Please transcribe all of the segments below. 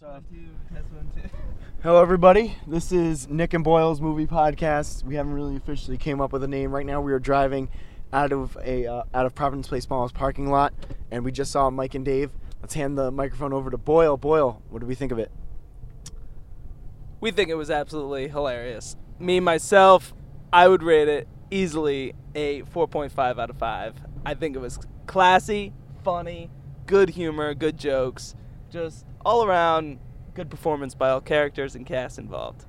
So, Test one too. hello everybody. This is Nick and Boyle's movie podcast. We haven't really officially came up with a name right now. We are driving out of a uh, out of Providence Place Mall's parking lot, and we just saw Mike and Dave. Let's hand the microphone over to Boyle. Boyle, what do we think of it? We think it was absolutely hilarious. Me myself, I would rate it easily a 4.5 out of 5. I think it was classy, funny, good humor, good jokes, just all around good performance by all characters and cast involved.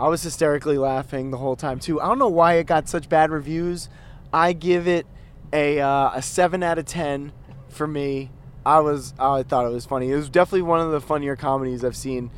I was hysterically laughing the whole time too. I don't know why it got such bad reviews. I give it a uh, a seven out of ten for me. I was I thought it was funny. It was definitely one of the funnier comedies I've seen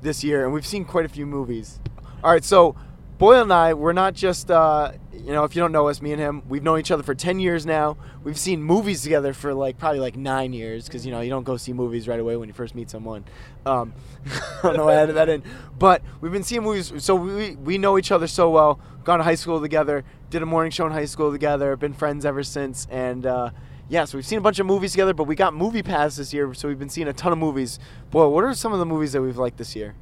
this year, and we've seen quite a few movies. All right, so Boyle and I we're not just uh, you know if you don't know us, me and him we've known each other for ten years now. We've seen movies together for like probably like nine years because you know you don't go see movies right away when you first meet someone. Um, I don't know why I added that in, but we've been seeing movies, so we we know each other so well. Gone to high school together, did a morning show in high school together, been friends ever since, and uh, yeah, so we've seen a bunch of movies together. But we got movie pass this year, so we've been seeing a ton of movies. Boy, what are some of the movies that we've liked this year?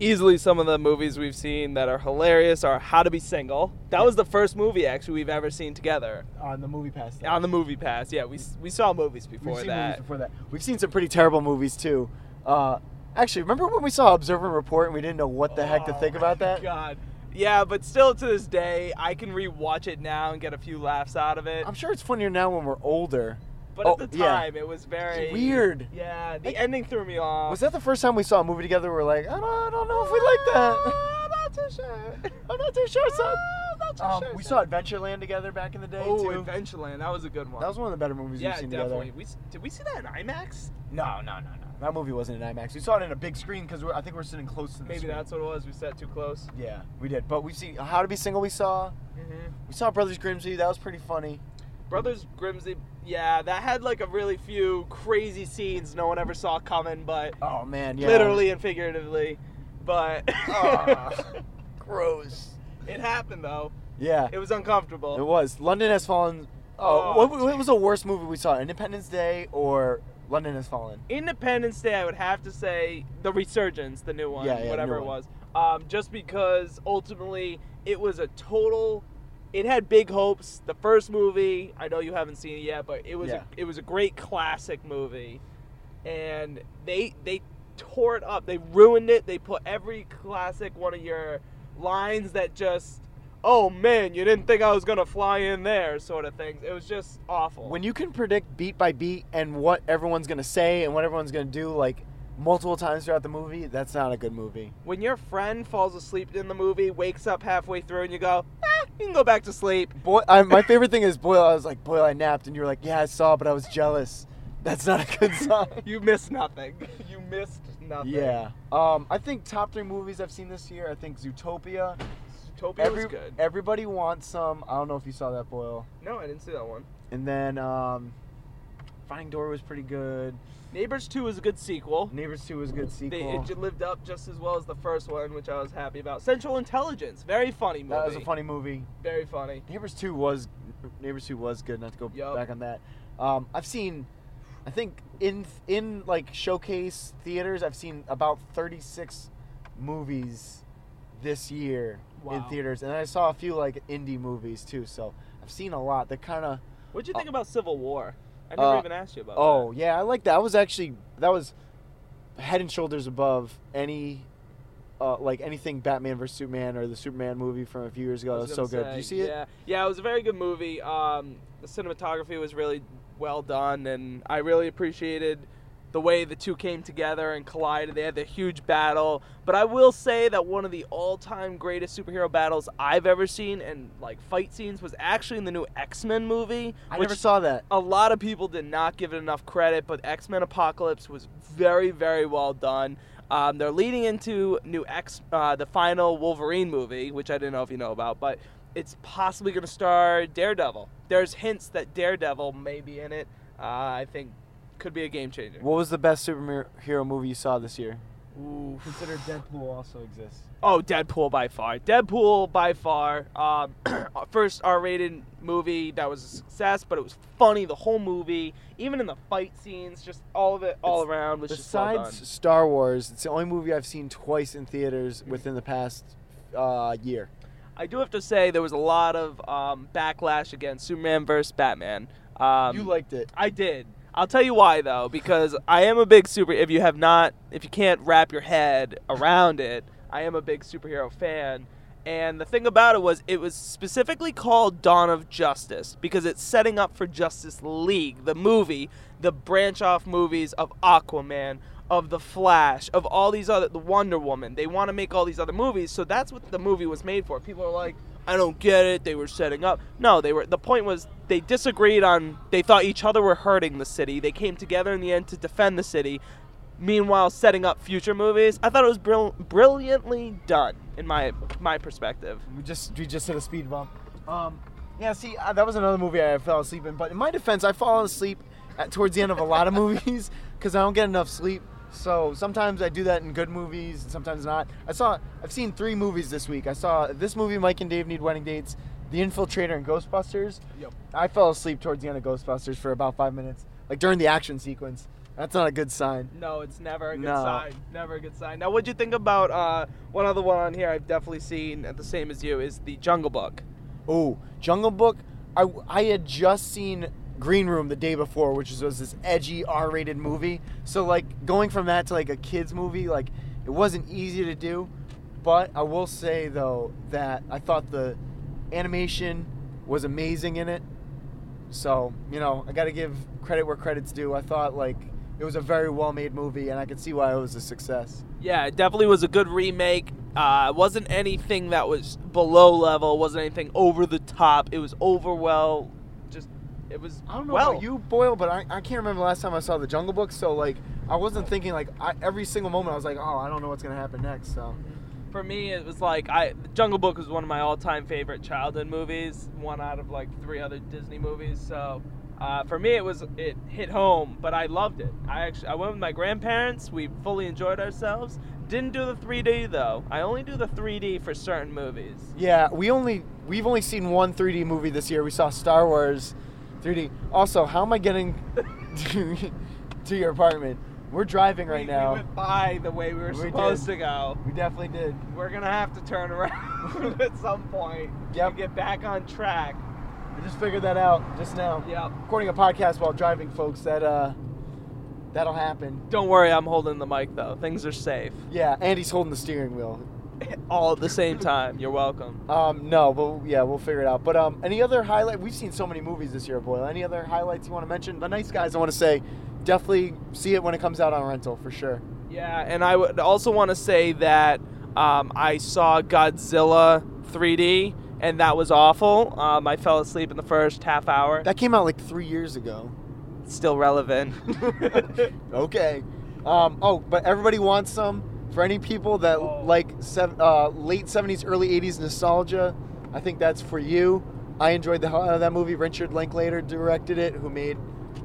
Easily some of the movies we've seen that are hilarious are How to Be Single. That was the first movie actually we've ever seen together On the movie pass. on the movie pass. Yeah, we we saw movies before We've seen movies that. before that. We've seen some pretty terrible movies too. Uh, actually, remember when we saw Observer and Report and we didn't know what the heck to Oh think my about that? God. Yeah, but still to this day, I can rewatch it now and get a few laughs out of it. I'm sure it's funnier now when we're older. But oh, at the yeah. time, it was very Weird. Yeah, the Like- ending threw me off. Was that the first time we saw a movie together? We're like, I don't, I don't know if we like that. I'm not too sure. I'm not too sure, son. I'm not too Um, sure. we saw Adventureland together back in the day Oh, too. Adventureland. That was a good one. that was one of the better movies yeah, we've seen definitely. together. We s- did we see that in IMAX? No, no, no, no. That movie wasn't in IMAX. We saw it in a big screen because I think we're sitting close to the Maybe screen. that's what it was. We sat too close. Yeah, we did. But we've seen How to Be Single. We saw. Mm-hmm. We saw Brothers Grimsby. That was pretty funny. Brothers Grimsby. Yeah, that had like a really few crazy scenes no one ever saw coming, but Oh man, yeah. literally and figuratively. But Ah. gross. it happened though. Yeah, It was uncomfortable. it was. London Has Fallen. Oh, Oh, what, what was the worst movie we saw? Independence Day or London Has Fallen? Independence Day, I would have to say the Resurgence, the new one, Yeah, yeah, the whatever new it one. was. Um, just because ultimately it was a total. It had big hopes. The first movie, I know you haven't seen it yet, but it was Yeah. a, it was a great classic movie, and they they tore it up. They ruined it. They put every classic one of your lines that just. Oh man, you didn't think I was gonna fly in there, sort of things. It was just awful. when you can predict beat by beat and what everyone's gonna say and what everyone's gonna do like multiple times throughout the movie, that's not a good movie. when your friend falls asleep in the movie, wakes up halfway through, and you go, eh, you can go back to sleep. Boy, I, my favorite thing is Boyle. I was like, Boyle, I napped, and you were like, Yeah, I saw, but I was jealous. That's not a good sign. You missed nothing. You missed nothing. yeah. Um, I think top three movies I've seen this year. I think Zootopia. Zootopia Every- was good. Everybody wants some. I don't know if you saw that, Boyle. No, I didn't see that one. And then um, Finding Dory was pretty good. Neighbors 2 was a good sequel. Neighbors Two was a good They, sequel. it j- lived up just as well as the first one, which I was happy about. Central Intelligence, very funny movie. that was a funny movie. Very funny. Neighbors Two was Neighbors Two was good. Not to go Yup. back on that. Um, I've seen, I think in in like showcase theaters, I've seen about thirty six movies this year in Wow. theaters, and I saw a few like indie movies too. So I've seen a lot. They're kind of What'd you Uh, think about Civil War? I never uh, even asked you about oh yeah, I like that. I was actually that was head and shoulders above any. Uh, like anything Batman vs Superman or the Superman movie from a few years ago, I that was so gonna good. Did you say, see it? Yeah, yeah, it was a very good movie. Um, the cinematography was really well done, and I really appreciated the way the two came together and collided. They had the huge battle, but I will say that one of the all-time greatest superhero battles I've ever seen, and like fight scenes, was actually in the new X-Men movie, I which never saw that. a lot of people did not give it enough credit, but X Men Apocalypse was very, very well done. Um, they're leading into new X, uh, the final Wolverine movie, which I didn't know if you know about, but it's possibly going to star Daredevil. There's hints that Daredevil may be in it. Uh, I think could be a game changer. What was the best superhero movie you saw this year? Ooh. Consider Deadpool also exists. Oh, Deadpool by far. Deadpool by far. Um, first R-rated movie that was a success, but it was funny the whole movie, even in the fight scenes, just all of it, all It's- around was just well Besides Star Wars, it's the only movie I've seen twice in theaters within the past uh, year. done. I do have to say there was a lot of um, backlash against Superman versus Batman. Um, you liked it. I did. I'll tell you why though, because I am a big super. If you have not, if you can't wrap your head around it, I am a big superhero fan. And the thing about it was, it was specifically called Dawn of Justice because it's setting up for Justice League, the movie, the branch off movies of Aquaman, of The Flash, of all these other, the Wonder Woman. They want to make all these other movies, so that's what the movie was made for. People are like, I don't get it. They were setting up. No, they were. The point was they disagreed on. They thought each other were hurting the city. They came together in the end to defend the city. Meanwhile, setting up future movies. I thought it was brill- brilliantly done in my my perspective. We just we just hit a speed bump. Um, yeah, see, uh, that was another movie I fell asleep in. But in my defense, I fall asleep at, towards the end of a lot of movies because I don't get enough sleep. So sometimes I do that in good movies, and sometimes not. I saw I've seen three movies this week. I saw this movie, Mike and Dave Need Wedding Dates, The Infiltrator, and Ghostbusters. Yep. I fell asleep towards the end of Ghostbusters for about five minutes, like during the action sequence. That's not a good sign. No, it's never a good No. sign. Never a good sign. Now, what'd you think about uh, one other one on here? I've definitely seen uh, the same as you is the Jungle Book. Oh, Jungle Book. I, I had just seen Green Room the day before, which was this edgy R-rated movie. So like going from that to like a kids movie, like it wasn't easy to do. But I will say though that I thought the animation was amazing in it. So you know I got to give credit where credits due. I thought like it was a very well-made movie, and I could see why it was a success. Yeah, it definitely was a good remake. Uh, it wasn't anything that was below level. wasn't anything over the top. It was over well. Just it was. I don't know well. about you, Boyle, but I, I can't remember the last time I saw the Jungle Book. So like, I wasn't thinking like I, every single moment I was like, oh, I don't know what's gonna happen next. So For me, it was like I Jungle Book was one of my all-time favorite childhood movies. One out of like three other Disney movies. So. Uh, for me, it was it hit home, but I loved it. I actually I went with my grandparents. We fully enjoyed ourselves. Didn't do the 3D though. I only do the 3D for certain movies. yeah, we only we've only seen one 3D movie this year. We saw Star Wars 3D. Also, how am I getting to, to your apartment? We're driving right we, now. we went by the way we were We supposed did. to go. We definitely did. We're gonna have to turn around at some point Yep. and get back on track. I just figured that out just now. Yep. Recording a podcast while driving, folks. That uh, that'll happen. Don't worry, I'm holding the mic though. Things are safe. Yeah, Andy's holding the steering wheel. All at the same time. You're welcome. Um, no, but yeah, we'll figure it out. But um, any other highlight? We've seen so many movies this year, Boyle. Any other highlights you want to mention? The Nice Guys, I want to say, definitely see it when it comes out on rental for sure. Yeah, and I would also want to say that um, I saw Godzilla 3D, and that was awful. Um, I fell asleep in the first half hour. That came out like three years ago. Still relevant. Okay. Um, oh, but everybody wants some. For any people that Oh. like sev- uh, late '70s, early '80s nostalgia, I think that's for you. I enjoyed the hell out of that movie. Richard Linklater directed it, who made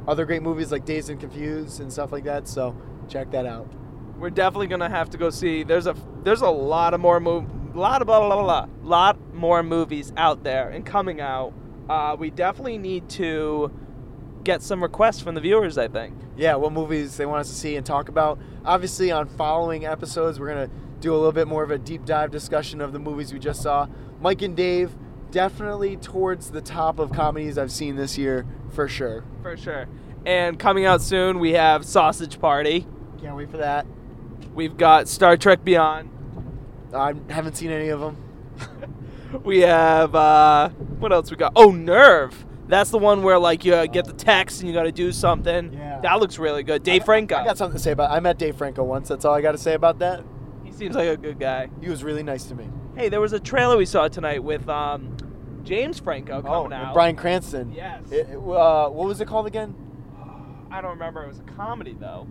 other great movies like Days and Confused and stuff like that. So check that out. We're definitely gonna have to go see. There's a there's a lot of more mov lot of blah blah blah blah, lot more movies out there and coming out. Uh, we definitely need to get some requests from the viewers. I think. yeah, what movies they want us to see and talk about. Obviously, on following episodes, we're gonna do a little bit more of a deep dive discussion of the movies we just saw. Mike and Dave, definitely towards the top of comedies I've seen this year for sure. For sure. And coming out soon, we have Sausage Party. Can't wait for that. We've got Star Trek Beyond. I haven't seen any of them. We have uh, what else? We got oh Nerve. That's the one where like you uh, get the text and you got to do something. Yeah. That looks really good. Dave I Franco. got something to say about. I met Dave Franco once. That's all I got to say about that. He seems like a good guy. He was really nice to me. Hey, there was a trailer we saw tonight with um, James Oh, Franco Oh, coming and out. Brian Oh, Cranston. Yes. It- it- uh, what was it called again? I don't remember. It was a comedy though.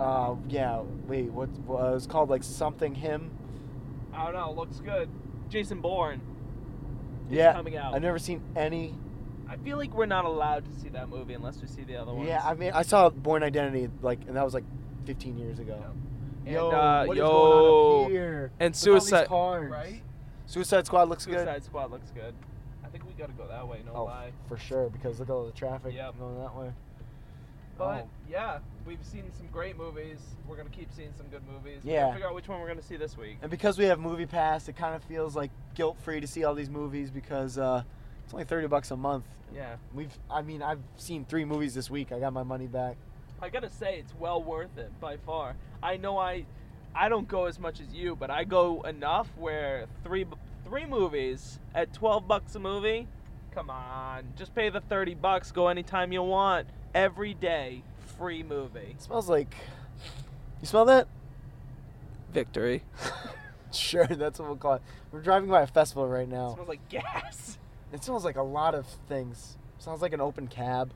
Uh, yeah. Wait. What uh, it was called? Like something him. I don't know. Looks good. Jason Bourne. is yeah. Coming out. I've never seen any I feel like we're not allowed to see that movie unless we see the other ones. Yeah, I mean, I saw Born Identity like, and that was like 15 years ago. And, yo, uh, what is yo, going on up here? Look and at all these Suicide- cars. Right? Suicide Squad looks Suicide Squad looks good. I think we gotta go that way. No good. Oh, lie. for sure. Because look at all the traffic Yep. going that way. But Oh. yeah, we've seen some great movies. We're gonna keep seeing some good movies. We Yeah. gotta Figure out which one we're gonna see this week. And because we have Movie Pass, it kind of feels like guilt free to see all these movies because uh, it's only thirty bucks a month. Yeah. We've, I mean, I've seen three movies this week. I got my money back. I gotta say it's well worth it by far. I know I, I don't go as much as you, but I go enough where three three movies at twelve bucks a movie. Come on, just pay the thirty bucks. Go anytime you want, every day, free movie. It smells like. You smell that? Victory. Sure, that's what we'll call it. We're driving by a festival right now. smells like gas. It smells like a lot of things. Sounds like an open cab.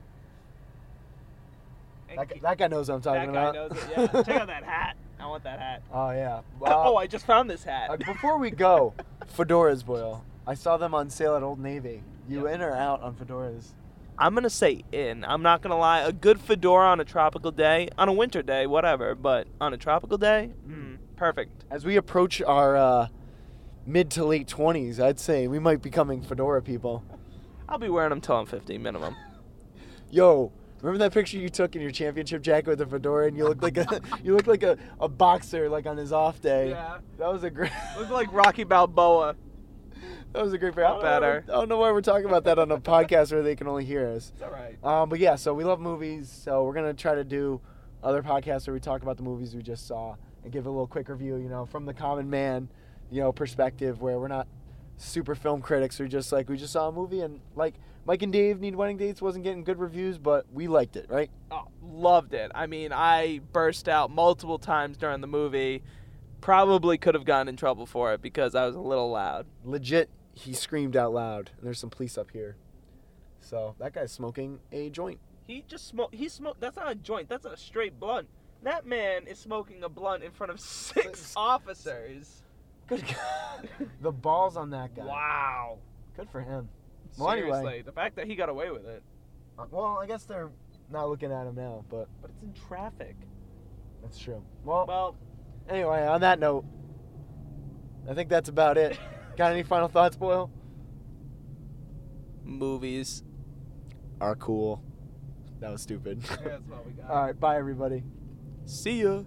And That, ke- gu- that guy knows what I'm that talking guy about. knows it. Yeah. Check out that hat. I want that hat. Oh yeah. oh, Uh, I just found this hat. uh, before we go, fedoras, Boyle. I saw them on sale at Old Navy. You in or out on fedoras? I'm gonna say in. I'm not gonna lie. A good fedora on a tropical day, on a winter day, whatever. But on a tropical day, mm, perfect. As we approach our uh, mid to late twenties, I'd say we might be becoming fedora people. I'll be wearing them till I'm 50 minimum. Yo, remember that picture you took in your championship jacket with a fedora, and you looked like a you looked like a, a boxer, like on his off day. That was a great. look like Rocky Balboa. That was a great. I don't know why Better. we're- I don't know why we're talking about that on a podcast where they can only hear us. It's all right. Um, but yeah, so we love movies, so we're gonna try to do other podcasts where we talk about the movies we just saw and give a little quick review, you know, from the common man, you know, perspective where we're not super film critics. We're just like we just saw a movie and like Mike and Dave need wedding dates wasn't getting good reviews, but we liked it, right? Oh, loved it. I mean, I burst out multiple times during the movie. Probably could have gotten in trouble for it because I was a little loud. Legit, he screamed out loud, and there's some police up here. So that guy's smoking a joint. He just smoked. He smoked. That's not a joint. That's a straight blunt. That man is smoking a blunt in front of six Six. officers. Good God. the balls on that guy. Wow. Good for him. Well, anyway. Seriously, the fact that he got away with it. Uh, Well, I guess they're not looking at him now, but But it's in traffic. that's true. Well, Well, Anyway, on that note, I think that's about it. Got any final thoughts, Boyle? movies. Are cool. That was stupid. That's what we got. All right, bye everybody. See ya.